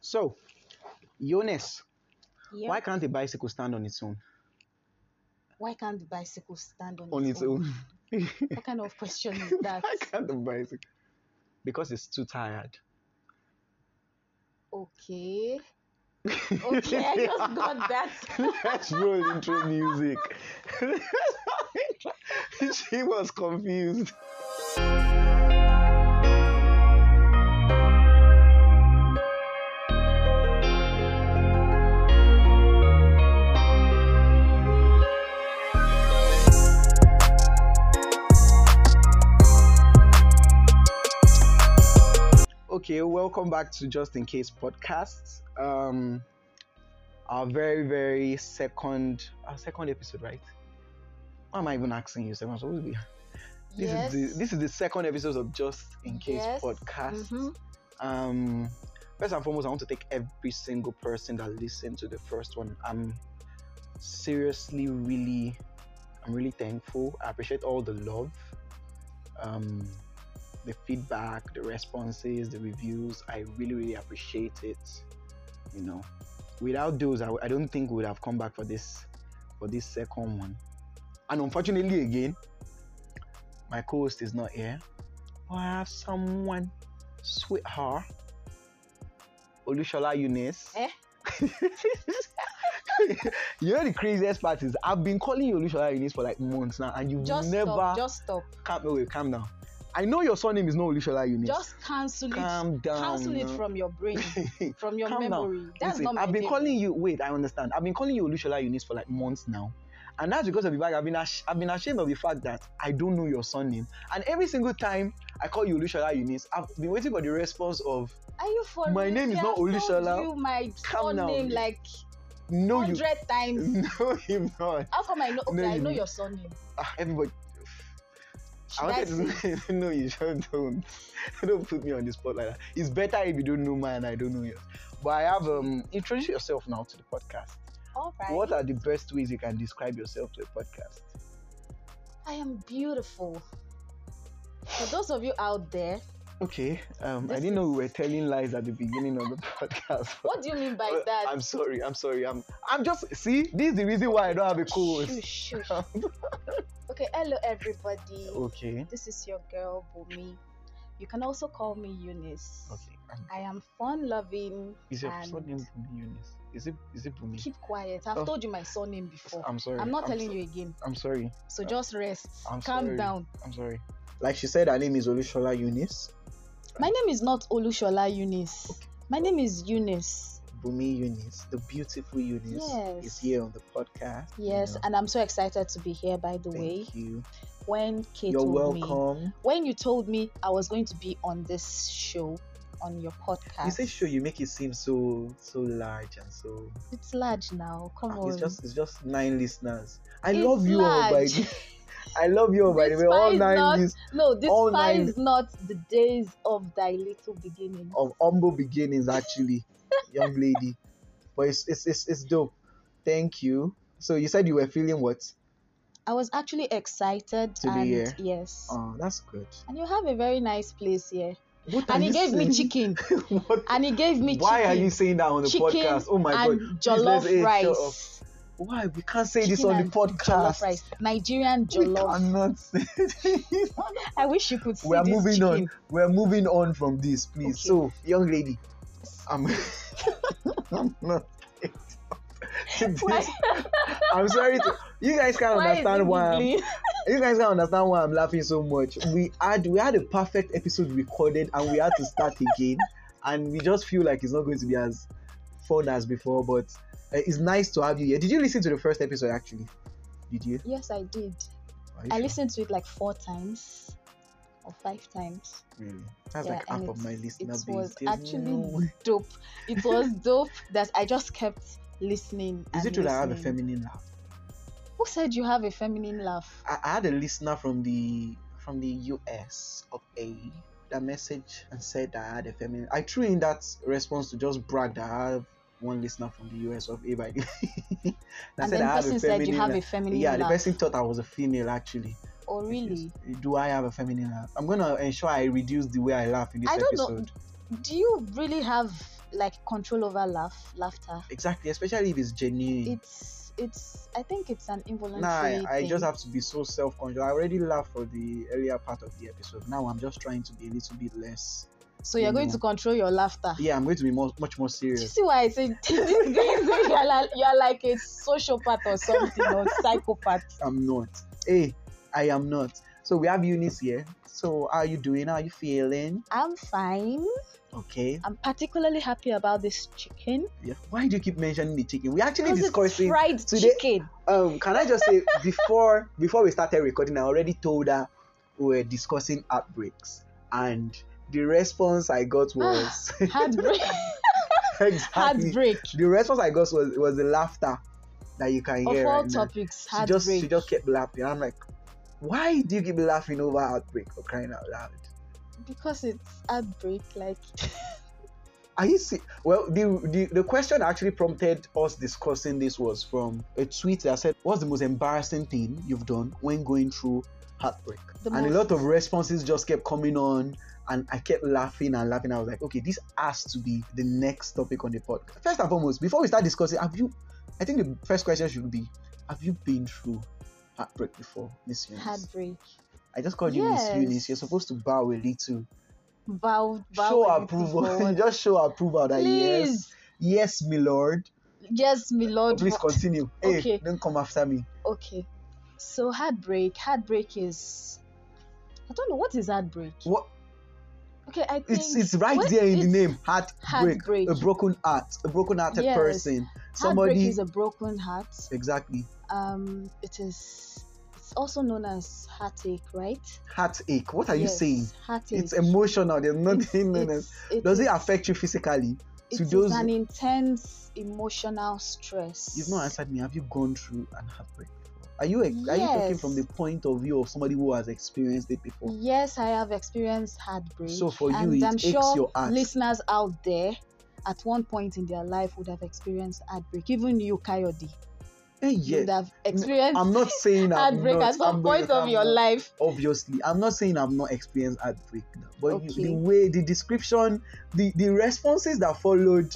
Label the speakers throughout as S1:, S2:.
S1: So, Jonas,
S2: Yeah.
S1: why can't a bicycle stand on its own?
S2: Why can't the bicycle stand on,
S1: On its own.
S2: What kind of question is that?
S1: why can't the bicycle? Because it's too tired.
S2: okay. Okay, I just got that.
S1: Let's roll intro music. she was confused. Okay, welcome back to Just in Case podcast. Um, our very very second our second episode right why am i even asking you second supposed to be this
S2: yes.
S1: is the this is the second episode of just in case
S2: Yes.
S1: podcast
S2: Mhm.
S1: um first and foremost i want to thank every single person that listened to the first one i'm seriously really i'm really thankful i appreciate all the love um the feedback the responses the reviews i really really appreciate it you know without those i, I don't think we would have come back for this for this second one and unfortunately again my co-host is not here but i have someone sweetheart Olushola Eunice.
S2: Eh?
S1: you know the craziest part is I've been calling you Olushola Eunice for like months now, and you
S2: Just
S1: never
S2: stop. Just stop.
S1: calm. Wait, calm down. I know your surname is not Olushola Eunice.
S2: Just cancel it.
S1: calm down.
S2: cancel it
S1: now.
S2: from your brain, from your
S1: Calm down.
S2: memory. That's
S1: Listen,
S2: not my
S1: I've been
S2: name.
S1: calling you. Wait, I understand. I've been calling you Olushola Eunice for like months now, and that's because of the fact I've been ash- I've been ashamed of the fact that I don't know your surname. And every single time I call you Olushola Eunice, I've been waiting for the response of
S2: Are you for
S1: My
S2: real?
S1: name is
S2: See,
S1: not
S2: I've told
S1: Olushola.
S2: You my
S1: Calm down.
S2: surname like
S1: No, you.
S2: hundred times.
S1: No, you're not.
S2: How come I know? Okay,
S1: No,
S2: I
S1: you-
S2: know your surname.
S1: Ah, everybody.
S2: Should
S1: I
S2: I
S1: wanted
S2: say?
S1: to say, no, you sure don't. don't put me on the spot like that. It's better if you don't know mine and I don't know yours. But I have um introduce yourself now to the podcast.
S2: All right.
S1: What are the best ways you can describe yourself to a podcast?
S2: I am beautiful. For those of you out there,
S1: Okay. Um, I
S2: This
S1: didn't know we
S2: is-
S1: were telling lies at the beginning of the podcast.
S2: what do you mean by
S1: Uh,
S2: that?
S1: I'm sorry. I'm sorry. I'm. I'm just. See, this is the reason why I don't have a co-host.
S2: Shush, shush. okay, hello everybody.
S1: okay.
S2: This is your girl Bumi. You can also call me Eunice.
S1: Okay. Um,
S2: I am fun loving.
S1: is your
S2: and
S1: surname Bumi Eunice? Is it? Is it Bumi?
S2: Keep quiet. I've
S1: Oh.
S2: told you my surname before.
S1: I'm sorry.
S2: I'm not telling
S1: so-
S2: you again.
S1: I'm sorry.
S2: So
S1: Uh,
S2: just rest.
S1: I'm
S2: Calm
S1: sorry.
S2: down.
S1: I'm sorry. Like she said, her name is Olushola Eunice.
S2: My name is not Olushola Eunice. My name is Eunice.
S1: Bumi Eunice, the beautiful Eunice,
S2: Yes.
S1: is here on the podcast. you
S2: Yes,
S1: know.
S2: and I'm so excited to be here by the way.
S1: Thank you.
S2: When Kate
S1: You're
S2: told me
S1: welcome.
S2: when you told me I was going to be on this show on your podcast.
S1: You say sure, you make it seem so so large and so.
S2: It's large now. Come
S1: Ah,
S2: on.
S1: It's just it's just nine listeners. I
S2: It's
S1: love you all by
S2: large.
S1: the. I love you all by the way. All
S2: Despise not-
S1: nine list
S2: No,
S1: All nine-
S2: despise not the days of thy little beginning.
S1: of humble beginnings actually, young lady. But it's it's it's, it's dope. Thank you. So you said you were feeling what?
S2: I was actually excited
S1: To be
S2: and
S1: here.
S2: yes.
S1: Oh, that's good.
S2: and you have a very nice place here.
S1: What are
S2: And he
S1: you
S2: gave
S1: saying?
S2: me chicken.
S1: What-
S2: And he gave me
S1: Why are
S2: chicken.
S1: you saying that on the
S2: chicken
S1: podcast? Oh my god.
S2: and
S1: Please, let's
S2: jollof
S1: end- shut
S2: rice.
S1: Why? We can't say this
S2: Chicken
S1: on the
S2: and Jollof
S1: podcast.
S2: rice. Nigerian
S1: We
S2: jollof.
S1: cannot say this.
S2: I wish you could see
S1: We are
S2: this
S1: moving
S2: chicken.
S1: on. We're moving on from this, please.
S2: Okay.
S1: So, young lady, I'm, I'm not.
S2: Why,
S1: I'm sorry. To, you guys can
S2: why is it
S1: understand why. I'm,
S2: giggling?
S1: you guys can understand why I'm laughing so much. We had we had a perfect episode recorded, and we had to start again, and we just feel like it's not going to be as fun as before. But uh, it's nice to have you here. Did you listen to the first episode actually? Did you?
S2: Yes, I did.
S1: Are you
S2: I
S1: sure?
S2: listened to it like four times or five times.
S1: Really? Hmm. That's
S2: Yeah,
S1: like half
S2: and
S1: of my
S2: it's-
S1: listener base.
S2: it was
S1: There's
S2: actually
S1: no way.
S2: dope. It was dope that I just kept listening.
S1: Is
S2: and
S1: it true that I have a
S2: listening.
S1: feminine laugh?
S2: Who said you have a feminine laugh?
S1: I, I had a listener from the from the US of A that message and said that I had a feminine. I threw in that response to just brag that I have one listener from the US of A by the way. I
S2: and
S1: said
S2: then
S1: I have
S2: person
S1: a
S2: said
S1: feminine.
S2: you have
S1: laugh.
S2: a feminine
S1: yeah, the
S2: laugh.
S1: person thought I was a female actually.
S2: oh really?
S1: Do I have a feminine laugh? I'm gonna ensure I reduce the way I laugh in this
S2: I don't know.
S1: episode.
S2: Do you really have like control over laugh laughter.
S1: Exactly, especially if it's genuine.
S2: It's it's I think it's an
S1: Hmm. nah,
S2: involuntary
S1: I, I
S2: thing.
S1: just have to be so self conscious. I already laughed for the earlier part of the episode. Now I'm just trying to be a little bit less.
S2: so you're going
S1: Mm.
S2: to control your laughter.
S1: Yeah, I'm going to be more, much more
S2: Do you
S1: serious.
S2: see why I said these guys you're like, you're like a sociopath or something or psychopath.
S1: I'm not. Hey, I am not. So we have Eunice here. So how are you doing? How are you feeling?
S2: I'm fine.
S1: Okay.
S2: I'm particularly happy about this chicken.
S1: Yeah. Why do you keep mentioning the chicken? We actually
S2: Because it's
S1: discussing.
S2: fried
S1: today-
S2: chicken.
S1: Um, can I just say before before we started recording, I already told her we were discussing outbreaks, and the response I got was
S2: Heartbreak.
S1: exactly
S2: Heartbreak.
S1: the response I got was was the laughter that you can
S2: Of
S1: hear.
S2: all
S1: right now.
S2: topics,
S1: She just
S2: heartbreak.
S1: she just kept laughing. I'm like, why do you keep laughing over outbreak for crying out loud?
S2: because it's heartbreak, like
S1: Are you see? Well, the, the the question that actually prompted us discussing this was from a tweet that said, "What's the most embarrassing thing you've done when going through heartbreak?"
S2: The
S1: and a
S2: most-
S1: lot of responses just kept coming on, and I kept laughing and laughing. I was like, "Okay, this has to be the next topic on the podcast." First and foremost, before we start discussing, have you? I think the first question should be, "Have you been through heartbreak before, Miss Eunice?"
S2: heartbreak.
S1: I just called you Miss
S2: Yes.
S1: Eunice. You're supposed to bow a little,
S2: Bow, bow
S1: show
S2: when you think
S1: approval,
S2: forward.
S1: just show approval that yes.
S2: Please,
S1: Yes, my lord.
S2: yes, my lord.
S1: Please continue. Hey,
S2: Okay.
S1: don't come after me.
S2: Okay, so heartbreak. Heartbreak is. I don't know what is heartbreak.
S1: What?
S2: Okay, I think
S1: It's it's right
S2: what-
S1: there in the
S2: it's-
S1: name. Heartbreak.
S2: Heartbreak.
S1: A broken heart. A broken-hearted
S2: Yes.
S1: person.
S2: Heartbreak
S1: Somebody.
S2: is a broken heart.
S1: Exactly.
S2: Um, it is. It's also known as heartache, right?
S1: Heartache. What are you
S2: Yes,
S1: saying?
S2: Heartache.
S1: It's emotional. There's nothing. known as-
S2: It's- it
S1: Does it
S2: is-
S1: affect you physically?
S2: It
S1: to
S2: is
S1: those-
S2: an intense emotional stress.
S1: You've not answered me. Have you gone through an heartbreak? before? Are you are you talking
S2: Yes.
S1: from the point of view of somebody who has experienced it before?
S2: Yes, I have experienced heartbreak.
S1: So for you,
S2: and
S1: it
S2: I'm
S1: aches
S2: sure
S1: your heart.
S2: listeners out there at one point in their life would have experienced heartbreak. Even you, Coyote,
S1: Eh,
S2: you would
S1: yeah.
S2: have experienced
S1: I'm not saying I've
S2: heartbreak
S1: not.
S2: at some
S1: I'm not-
S2: point of
S1: I'm
S2: your
S1: not.
S2: life.
S1: obviously i'm not saying i've not experienced heartbreak now, but you-
S2: Okay.
S1: the way the description the the responses that followed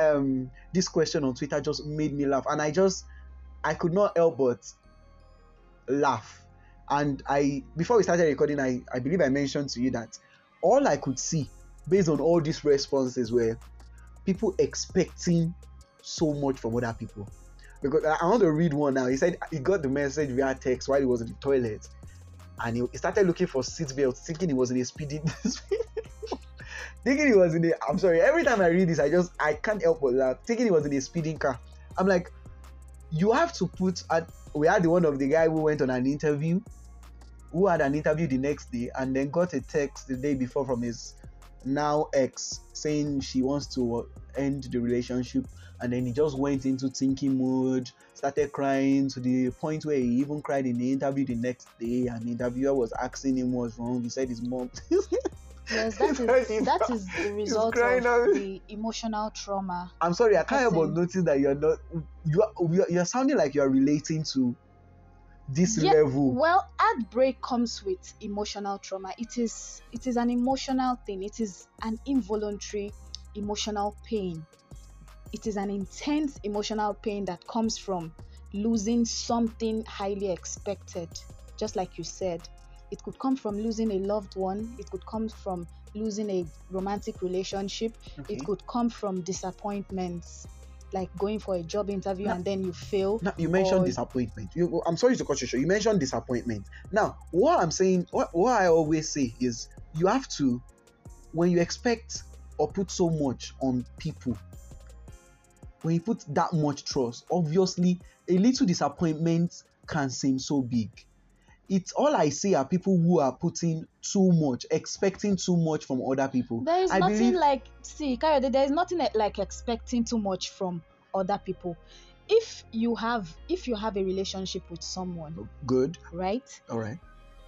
S1: um this question on twitter just made me laugh and i just i could not help but laugh and i before we started recording i i believe i mentioned to you that all i could see based on all these responses were people expecting so much from other people because i I want to read one now he said he got the message via text while he was in the toilet and he he started looking for seat belts, thinking he was in a speedy, thinking he was in a. I'm sorry. Every time I read this, I just I can't help but laugh. Thinking he was in a speeding car. I'm like, you have to put. At, we had the one of the guy who went on an interview, who had an interview the next day, and then got a text the day before from his now ex saying she wants to uh, end the relationship, and then he just went into thinking mode started crying to the point where he even cried in the interview the next day and the interviewer was asking him what's wrong he said his mom
S2: Yes, that
S1: Very
S2: is that is the result
S1: crying
S2: of
S1: out.
S2: the emotional trauma.
S1: i'm sorry i can't help but notice
S2: Person.
S1: that you're not you are, you are you're sounding like you're relating to this
S2: Yeah,
S1: level
S2: Well, heartbreak comes with emotional trauma. It is it is an emotional thing. It is an involuntary emotional pain. It is an intense emotional pain that comes from losing something highly expected. Just like you said, it could come from losing a loved one. It could come from losing a romantic relationship. It
S1: Okay.
S2: could come from disappointments, like going for a job interview
S1: Now-
S2: and then you fail.
S1: now, you mentioned
S2: or-
S1: disappointment you, i'm sorry to cut you short you mentioned disappointment now what i'm saying what, what i always say is you have to when you expect or put so much on people when you put that much trust, obviously a little disappointment can seem so big. It's all I see are people who are putting too much, expecting too much from other people.
S2: There is
S1: I
S2: nothing
S1: believe-
S2: like see, Kayode, there is nothing e- like expecting too much from other people. If you have if you have a relationship with someone,
S1: Good.
S2: right?
S1: All right.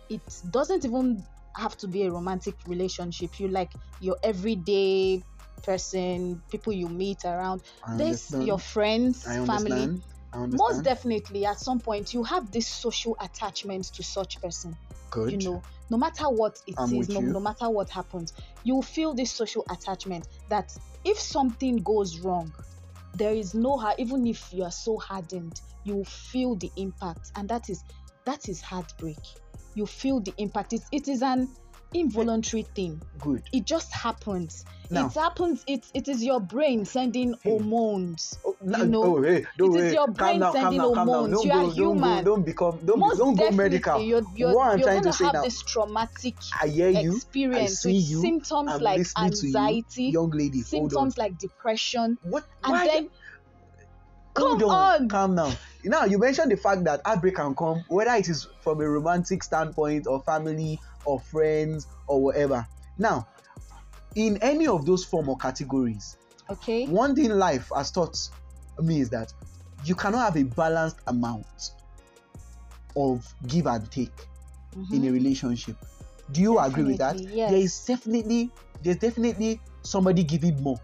S2: It doesn't even have to be a romantic relationship. You like your everyday person, people you meet around,
S1: I
S2: this
S1: understand.
S2: your friends,
S1: I
S2: family.
S1: understand. I understand.
S2: Most definitely at some point you have this social attachment to such person
S1: Good.
S2: you know no matter what it is,
S1: I'm with
S2: no,
S1: you.
S2: no matter what happens you will feel this social attachment that if something goes wrong, there is no how even if you are so hardened, you will feel the impact, and that is that is heartbreak. You feel the impact. It, it is an involuntary thing.
S1: Good.
S2: It just happens.
S1: Now- Hmm.
S2: it happens. It it is your brain sending
S1: Hey.
S2: hormones.
S1: Oh, no,
S2: You know,
S1: oh, hey, don't
S2: it is
S1: worry.
S2: your
S1: Calm
S2: brain
S1: down, calm
S2: sending
S1: down, calm down.
S2: hormones.
S1: Don't
S2: You are
S1: go, don't go,
S2: human.
S1: don't become, don't,
S2: Most
S1: don't go
S2: definitely,
S1: medical.
S2: You're, you're,
S1: what I'm
S2: you're
S1: trying
S2: gonna
S1: to say
S2: have
S1: now,
S2: this traumatic
S1: I hear you,
S2: experience
S1: I see
S2: with
S1: you,
S2: symptoms
S1: I'm
S2: like
S1: listening to you,
S2: anxiety,
S1: young lady. Hold on.
S2: symptoms like depression,
S1: What?
S2: and
S1: why?
S2: then
S1: Hold
S2: come on.
S1: Calm down. Now you mentioned the fact that heartbreak can come, whether it is from a romantic standpoint or family or friends or whatever. Now, in any of those form or categories,
S2: okay,
S1: one thing life has taught me is that you cannot have a balanced amount of give and take
S2: mm-hmm,
S1: in a relationship. Do you agree with that?
S2: Definitely, yes.
S1: There is definitely there's definitely somebody giving more.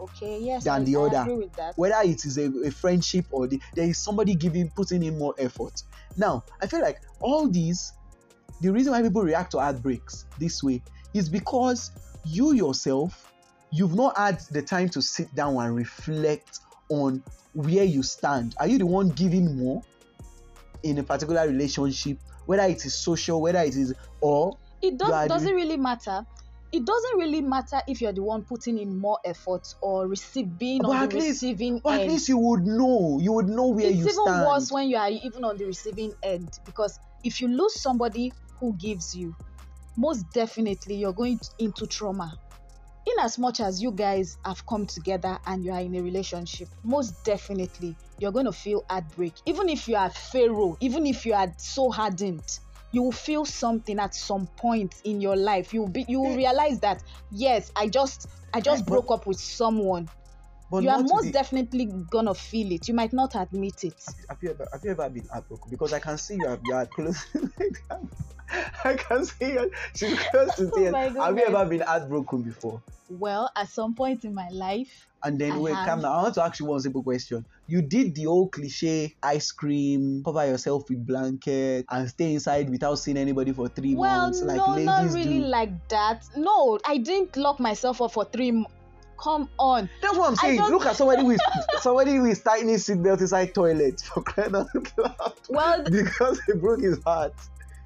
S2: okay, yes,
S1: than
S2: I,
S1: the
S2: I
S1: other.
S2: agree with that.
S1: whether it is a, a friendship or the, there is somebody giving putting in more effort now i feel like all these the reason why people react to heartbreaks this way is because you yourself you've not had the time to sit down and reflect on where you stand are you the one giving more in a particular relationship whether it is social whether it is or
S2: It
S1: You are
S2: does,
S1: the-
S2: doesn't really matter. It doesn't really matter if you're the one putting in more effort or receive, being
S1: But
S2: on
S1: at
S2: the
S1: least-
S2: receiving
S1: or at
S2: end.
S1: least you would know you would know where
S2: it's
S1: you
S2: even
S1: stand
S2: worse when you are even on the receiving end because if you lose somebody who gives you most definitely you're going t- into trauma in as much as you guys have come together and you are in a relationship most definitely you're going to feel heartbreak even if you are pharaoh even if you are so hardened you will feel something at some point in your life you'll be you will
S1: Eh.
S2: realize that yes i just i just
S1: Eh, but-
S2: broke up with someone
S1: but
S2: you are
S1: not
S2: most
S1: the-
S2: definitely gonna feel it you might not admit it
S1: have you ever have you ever been heartbroken? Because I can see you have you are close. I can see you. She's close to
S2: Oh
S1: tears.
S2: my
S1: have you
S2: goodness.
S1: ever been heartbroken before?
S2: Well, at some point in my life,
S1: And then
S2: I
S1: wait,
S2: have.
S1: come now. I want to ask you one simple question. You did the old cliche ice cream, cover yourself with blanket, and stay inside without seeing anybody for three
S2: well,
S1: months, like
S2: no,
S1: ladies
S2: not really
S1: do.
S2: like that. No, I didn't lock myself up for three. Mo- Come on,
S1: That's what I'm saying.
S2: don't-
S1: Look at somebody with somebody with tiny seatbelt inside toilet for crying out loud
S2: well, th-
S1: because they broke his heart.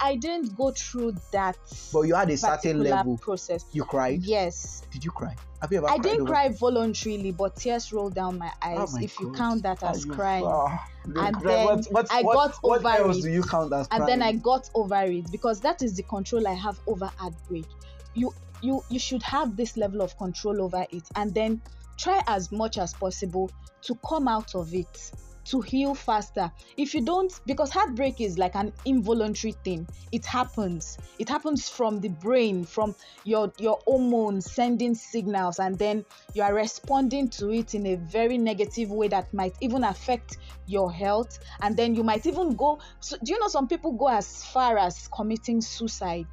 S2: I didn't go through that
S1: But you had a certain
S2: particular
S1: level.
S2: process.
S1: You cried.
S2: Yes,
S1: Did you cry? Have you ever
S2: I
S1: cried?
S2: didn't
S1: over-
S2: cry voluntarily, but tears rolled down my eyes.
S1: my
S2: if you
S1: God.
S2: count that
S1: Ah,
S2: as
S1: you-
S2: crying,
S1: ah, you
S2: And
S1: cry.
S2: then
S1: what, what,
S2: I
S1: what,
S2: got
S1: what
S2: over
S1: else
S2: it.
S1: do you count as
S2: and then I
S1: crying?
S2: got over it because that is the control I have over heartbreak. You you you should have this level of control over it and then try as much as possible to come out of it to heal faster if you don't because heartbreak is like an involuntary thing it happens it happens from the brain from your your hormones sending signals and then you are responding to it in a very negative way that might even affect your health and then you might even go so, do you know some people go as far as committing suicide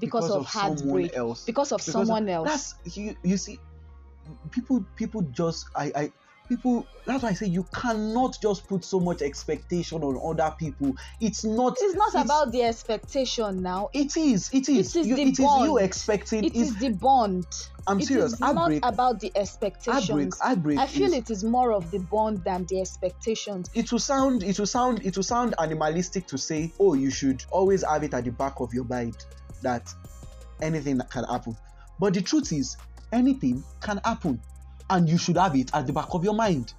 S2: because, of,
S1: someone
S2: heartbreak
S1: else.
S2: because of
S1: Because of-
S2: someone else
S1: That's you. You see, people people just I I people. That's why I say you cannot just put so much expectation on other people. It's not.
S2: it's not
S1: it's-
S2: about the expectation now
S1: It is. It is.
S2: It is
S1: you,
S2: the
S1: it is you
S2: bond.
S1: expecting.
S2: it
S1: it's-
S2: is the bond
S1: I'm
S2: It is
S1: serious.
S2: not
S1: Heartbreak.
S2: about the expectations
S1: Heartbreak. Heartbreak.
S2: i feel
S1: is-
S2: it is more of the bond than the expectations
S1: it will sound it will sound it will sound animalistic to say oh you should always have it at the back of your mind that anything can happen but the truth is anything can happen and you should have it at the back of your mind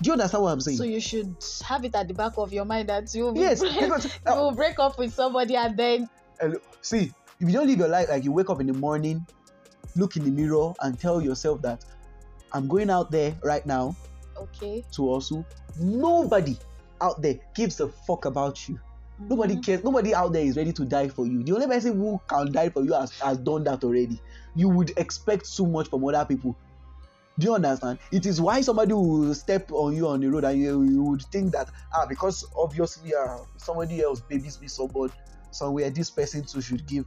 S1: do you understand what i'm saying
S2: so you should have it at the back of your mind that you will,
S1: yes because
S2: you
S1: uh,
S2: will break up with somebody and then
S1: see if you don't live your life like you wake up in the morning look in the mirror and tell yourself that i'm going out there right now
S2: okay
S1: to also nobody out there gives a fuck about you Nobody
S2: mhm.
S1: cares. Nobody out there is ready to die for you. The only person who can die for you has, has done that already. You would expect so much from other people. Do you understand? It is why somebody will step on you on the road and you, you would think that ah because obviously ah somebody else babies me someone somewhere this person too should give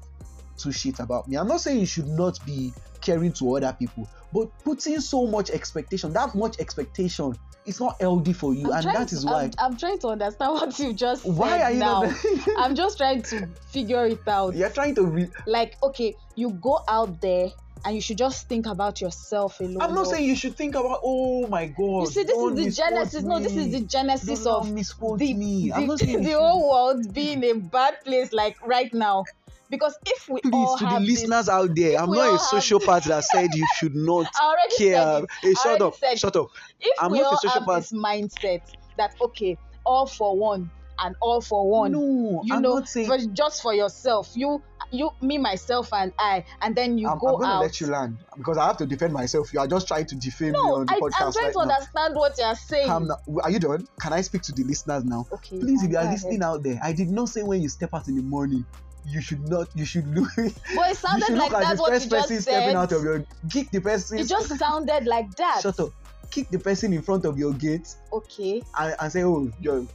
S1: two shit about me. I'm not saying you should not be caring to other people, but putting so much expectation, that much expectation, is not healthy for you,
S2: I'm
S1: and
S2: trying
S1: that
S2: to-
S1: is why.
S2: I'm, I'm trying to understand what you just
S1: why
S2: said
S1: are you
S2: now.
S1: not?
S2: I'm just trying to figure it out.
S1: You're trying to re-
S2: Like, okay, you go out there, and you should just think about yourself alone.
S1: I'm not
S2: or-
S1: saying you should think about. Oh my God.
S2: You see, this
S1: don't
S2: is the
S1: misquote
S2: genesis. No, this is
S1: me.
S2: the genesis
S1: Do not
S2: of
S1: misquote
S2: the,
S1: me. I'm not
S2: the,
S1: saying you
S2: the
S1: should-
S2: whole world being in a bad place like right now. Because if we all
S1: Please, to the
S2: have this-
S1: listeners out there, I'm
S2: we
S1: not a
S2: all have
S1: sociopath that said you should not
S2: I already said
S1: care.
S2: it.
S1: Hey, shut
S2: already
S1: up.
S2: said it.
S1: Shut up.
S2: If
S1: I'm
S2: we
S1: not a
S2: all have
S1: sociopath.
S2: this mindset that okay, all for one and all for one,
S1: No,
S2: you
S1: I'm
S2: know,
S1: not saying.
S2: for, just for yourself, you, you, me, myself, and I, and then you
S1: I'm, I'm
S2: go
S1: gonna
S2: out.
S1: let you land because I have to defend myself. You are just trying to defame me
S2: no,
S1: on the
S2: I, I'm
S1: podcast
S2: trying
S1: right
S2: to
S1: now.
S2: understand what you're saying.
S1: Calm down. Are you done? Can I speak to the listeners now?
S2: Okay,
S1: Please,
S2: fine,
S1: if you
S2: go
S1: are
S2: ahead.
S1: listening out there, I did not say when you step out in the morning, you should not. You should look.
S2: Well, it
S1: you
S2: sounded
S1: should
S2: like
S1: look at
S2: that's
S1: the
S2: what you
S1: first person
S2: just
S1: stepping
S2: said.
S1: out of your. Kick the person.
S2: It just sounded like that.
S1: shut up. Kick the person in front of your gate
S2: Okay.
S1: and, and say, oh, you're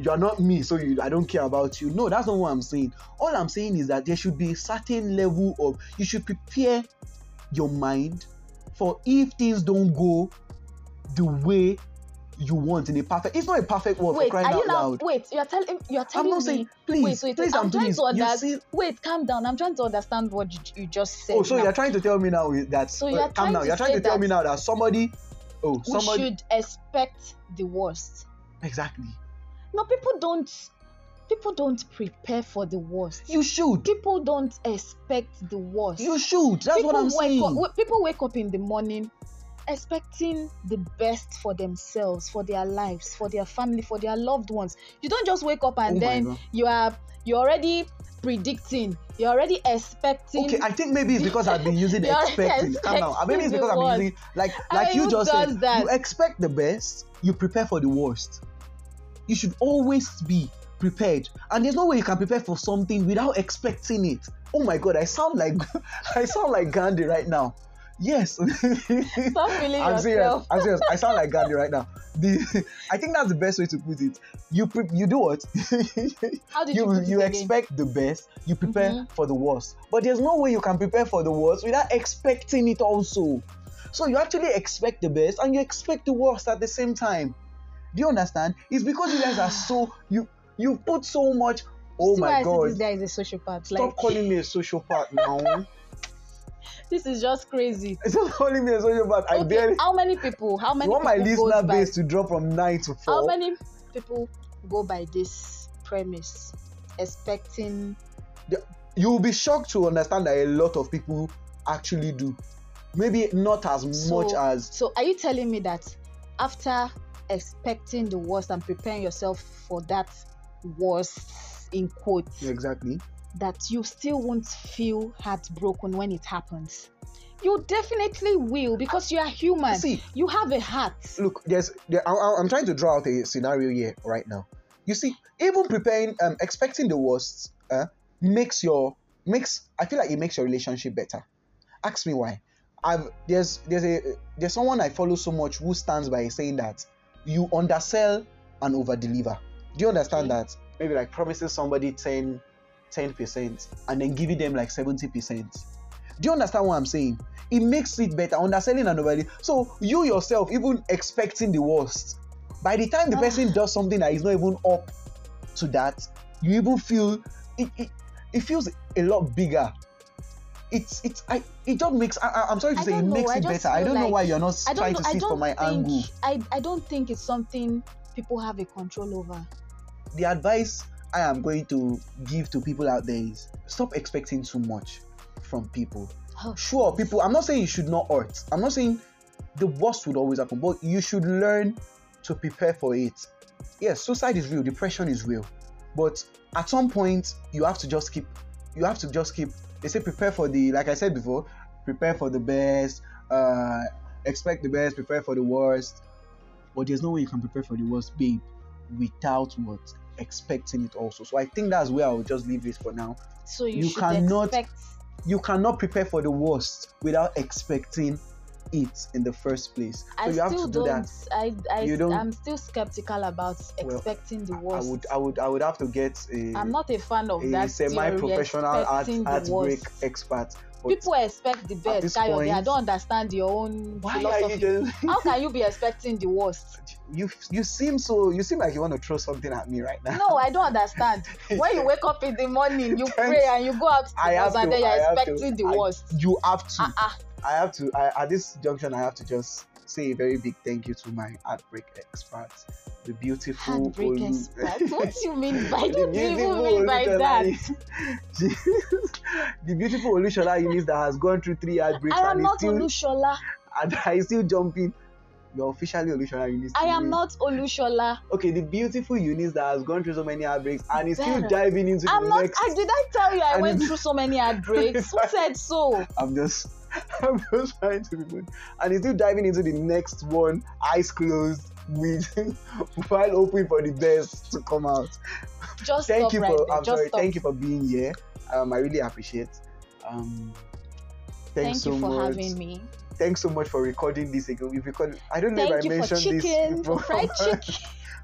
S1: you are not me, so you, I don't care about you. No, that's not what I'm saying. All I'm saying is that there should be a certain level of you should prepare your mind for if things don't go the way you want in a perfect. It's not a perfect world for
S2: Wait,
S1: crying
S2: are
S1: out
S2: you now?
S1: loud.
S2: Wait, you are telling you are telling
S1: I'm not
S2: me.
S1: saying please,
S2: wait, wait,
S1: please.
S2: I'm
S1: doing
S2: trying
S1: this.
S2: to
S1: You
S2: understand-
S1: see-
S2: Wait, calm down. I'm trying to understand what you, you just said.
S1: oh, so
S2: now.
S1: you're trying to tell me now that?
S2: So
S1: oh,
S2: you're
S1: calm
S2: trying
S1: now.
S2: to
S1: You're trying
S2: say
S1: to tell
S2: that-
S1: me now that somebody. Oh,
S2: we
S1: somebody.
S2: should expect the worst.
S1: Exactly.
S2: No, people don't. People don't prepare for the worst.
S1: You should.
S2: people don't expect the worst.
S1: You should. That's
S2: people
S1: what I'm
S2: wake
S1: saying.
S2: Up, wa- people wake up in the morning expecting the best for themselves, for their lives, for their family, for their loved ones. You don't just wake up and
S1: Oh my
S2: then
S1: God.
S2: you are you're already predicting, you're already expecting.
S1: Okay, I think maybe it's because I've been using
S2: You're
S1: expecting. Calm down. Maybe
S2: expecting
S1: it's because
S2: the
S1: I've been using like
S2: I
S1: like
S2: mean,
S1: you
S2: who
S1: just
S2: does
S1: said.
S2: that?
S1: You expect the best, you prepare for the worst. You should always be prepared, and there's no way you can prepare for something without expecting it. Oh my God, I sound like I sound like Gandhi right now. Yes.
S2: Stop feeling
S1: I'm serious.
S2: yourself.
S1: I'm serious. I sound like Gandhi right now. The, I think that's the best way to put it. You pre- you do what?
S2: How did you
S1: you
S2: put it
S1: you
S2: again?
S1: expect the best you prepare
S2: Mhm.
S1: for the worst but there's no way you can prepare for the worst without expecting it also so you actually expect the best and you expect the worst at the same time do you understand it's because you guys are so you you put so much oh
S2: See why
S1: my
S2: I said
S1: god
S2: this guy is a sociopath.
S1: stop
S2: like
S1: calling me a sociopath now
S2: this is just crazy.
S1: stop calling me a sociopath i
S2: okay,
S1: barely
S2: how many people? How
S1: you
S2: many
S1: want my
S2: people goes
S1: listener
S2: by
S1: base to drop from nine to four
S2: How many people go by this premise, expecting?
S1: you will be shocked to understand that a lot of people actually do maybe not as
S2: So-
S1: much as
S2: So, are you telling me that after expecting the worst and preparing yourself for that worst, in quotes,
S1: Exactly.
S2: that you still won't feel heartbroken when it happens? You definitely will because you are human.
S1: See,
S2: you have a heart.
S1: look, there's. There, I, I- I'm trying to draw out a scenario here right now. You see, even preparing, um, expecting the worst, uh, makes your makes. I feel like it makes your relationship better. Ask me why. I've there's there's a there's someone I follow so much who stands by saying that you undersell and over deliver. Do you understand that? Mm. Maybe like promising somebody 10 percent and then giving them like seventy percent. Do you understand what I'm saying? It makes it better underselling and over. So you yourself even expecting the worst. By the time the
S2: Ah.
S1: person does something that is not even up to that, you even feel it. It, it feels a lot bigger. It's it's I it just makes I, I, am sorry to
S2: I
S1: say it
S2: don't know,
S1: makes
S2: I
S1: it
S2: just
S1: better. I
S2: feel
S1: don't know
S2: like-
S1: why you're not
S2: I
S1: trying
S2: don't. know-
S1: to
S2: I
S1: see
S2: don't
S1: from my
S2: think.
S1: angle.
S2: I, I don't think it's something people have a control over.
S1: the advice I am going to give to people out there is stop expecting too much from people.
S2: Oh,
S1: Sure,
S2: Jesus.
S1: people, I'm not saying you should not hurt. I'm not saying the worst would always happen, but you should learn to prepare for it. Yes, suicide is real, depression is real. But at some point, you have to just keep, you have to just keep, they say prepare for the, like I said before, prepare for the best, uh, expect the best, prepare for the worst. But there's no way you can prepare for the worst, babe, without what? Expecting it also. So I think that's where I will just leave it for now.
S2: So you,
S1: you
S2: should
S1: cannot-
S2: expect.
S1: you cannot prepare for the worst without expecting it in the first place. So
S2: I
S1: you have
S2: still
S1: to do
S2: don't.
S1: that.
S2: I, I
S1: You don't-
S2: I'm still skeptical about
S1: Well,
S2: expecting the
S1: I
S2: worst.
S1: would, I would, I would have to get a,
S2: am not a fan of
S1: a
S2: that theory,
S1: semi-professional art,
S2: expecting the
S1: art break
S2: worst.
S1: expert. But
S2: People expect the best.
S1: this
S2: Kayode, I
S1: point-
S2: don't understand your own
S1: why are you
S2: philosophy.
S1: just?
S2: How can you be expecting the worst?
S1: You, you seem so. You seem like you want to throw something at me right now.
S2: No, I don't understand. when you wake up in the morning, you
S1: Thanks.
S2: pray and you go out to
S1: I
S2: the
S1: have
S2: bus
S1: to-
S2: and then you're
S1: I have to-
S2: expecting the
S1: I-
S2: worst.
S1: You have to.
S2: Ah, ah.
S1: I have to I, at this junction I have to just say a very big thank you to my heartbreak experts, the beautiful
S2: Heartbreak
S1: Olu-
S2: expert. What do you mean
S1: The
S2: by what do you even
S1: beautiful
S2: mean by that?
S1: Olutola Yemi- the beautiful Olushola Yunis that has gone through three heartbreaks
S2: I am
S1: and is
S2: not
S1: still
S2: Olushola.
S1: and is still jumping. You're officially Olushola Yunis.
S2: I
S1: to
S2: am
S1: me.
S2: not Olushola.
S1: okay. The beautiful Yunis that has gone through so many heartbreaks and is still
S2: Better.
S1: diving into
S2: I'm
S1: the
S2: not.
S1: next.
S2: I did I tell you I
S1: And
S2: went
S1: it's-
S2: through so many heartbreaks? Who said so?
S1: I'm just I'm just trying to be good. And he's still diving into the next one, eyes closed, with while hoping for the best to come out.
S2: Just
S1: Thank
S2: stop
S1: you
S2: right
S1: for
S2: there.
S1: I'm
S2: Just
S1: sorry,
S2: stop.
S1: thank you for being here. Um I really appreciate. Um
S2: Thank
S1: thanks so
S2: you for
S1: much.
S2: having me.
S1: Thanks so much for recording this again. We recorded I don't know if I
S2: Thank you for
S1: mentioned
S2: chicken,
S1: this before.
S2: for fried chicken,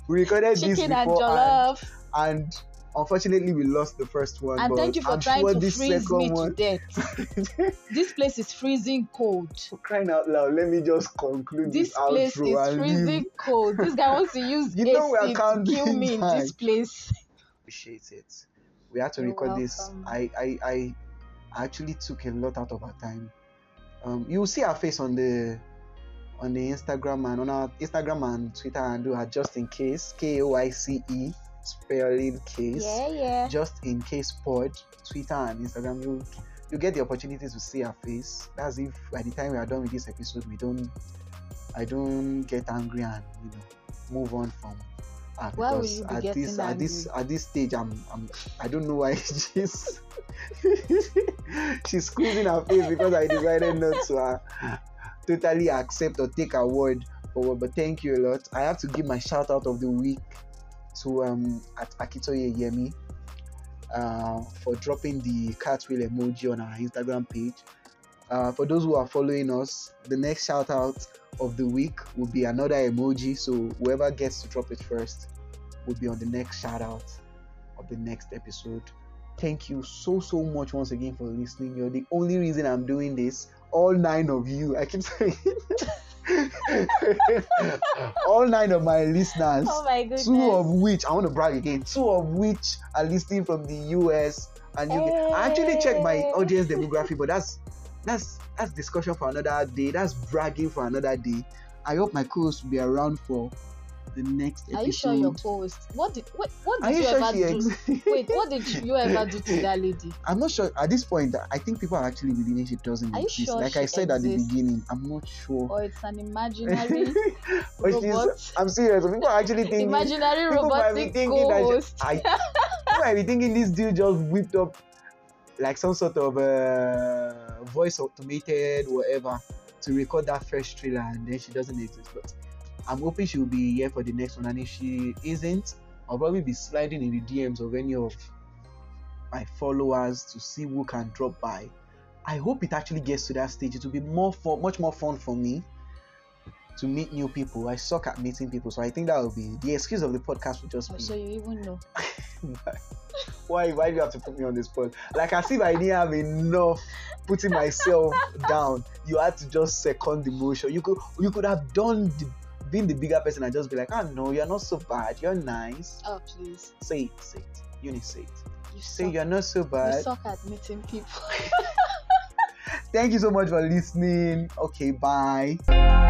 S1: we recorded this
S2: chicken and
S1: before and,
S2: jollof.
S1: and unfortunately we lost the first one.
S2: And
S1: but
S2: thank you for
S1: I'm
S2: trying
S1: sure
S2: to
S1: this
S2: freeze
S1: second
S2: me
S1: one
S2: to death. this place is freezing cold.
S1: for crying out loud, let me just conclude
S2: This
S1: this outro
S2: place is
S1: and leave.
S2: freezing cold. This guy wants to use
S1: You know we are
S2: AC to kill
S1: counting
S2: me in this place.
S1: Appreciate it. We had to
S2: You're
S1: record this.
S2: welcome.
S1: I, I I actually took a lot out of our time. Um, you'll see our face on the on the Instagram and on our Instagram and Twitter handle are just in case K O I C E spelling case
S2: Yeah, yeah.
S1: just in case pod twitter and instagram you you get the opportunity to see our face that's if by the time we are done with this episode we don't i don't get angry and you know move on from her
S2: Why will
S1: because
S2: you be
S1: at
S2: getting
S1: this at this at this stage i'm i'm i don't know why she's she's squeezing her face because i decided not to uh, totally accept or take her word for but thank you a lot i have to give my shout out of the week to um at akitoye yemi uh, for dropping the cartwheel emoji on our Instagram page. Uh, for those who are following us, the next shout out of the week will be another emoji. So whoever gets to drop it first will be on the next shout out of the next episode. Thank you so so much once again for listening. You're the only reason I'm doing this. All nine of you, I keep saying, all nine of my listeners
S2: Oh my goodness.
S1: two of which I want to brag again. Two of which are listening from the US and UK. I actually checked my
S2: Hey.
S1: audience demography, but that's that's that's discussion for another day. That's bragging for another day. I hope my co-host will be around for the next episode.
S2: Are you sure your co-host? What did what, what
S1: Are
S2: did
S1: you
S2: you,
S1: sure
S2: ever
S1: she
S2: do?
S1: exists?
S2: Wait, what did you ever do to that lady?
S1: I'm not sure at this point. I think people are actually believing she doesn't
S2: Are you
S1: exist.
S2: sure
S1: like I
S2: she
S1: said at the
S2: exists?
S1: beginning, I'm not sure.
S2: Or it's an imaginary
S1: but she's,
S2: robot?
S1: I'm serious. People are actually thinking.
S2: Imaginary
S1: people might be
S2: robotic
S1: thinking that she-
S2: co-host.
S1: I you might be thinking this dude just whipped up like some sort of uh, voice automated whatever to record that first trailer and then she doesn't exist but i'm hoping she'll be here for the next one and if she isn't i'll probably be sliding in the dms of any of my followers to see who can drop by i hope it actually gets to that stage it will be more fun much more fun for me to meet new people i suck at meeting people so i think that will be the excuse of the podcast will just
S2: Oh,
S1: be
S2: so you even know.
S1: why why do you have to put me on the spot like as if i didn't have enough putting myself down you had to just second the motion you could you could have done the, been the bigger person and just be like oh no you're not so bad you're nice
S2: Oh please.
S1: say it say it you need to say it
S2: You
S1: say
S2: suck.
S1: you're not so
S2: you
S1: bad
S2: suck at meeting people.
S1: thank you so much for listening okay bye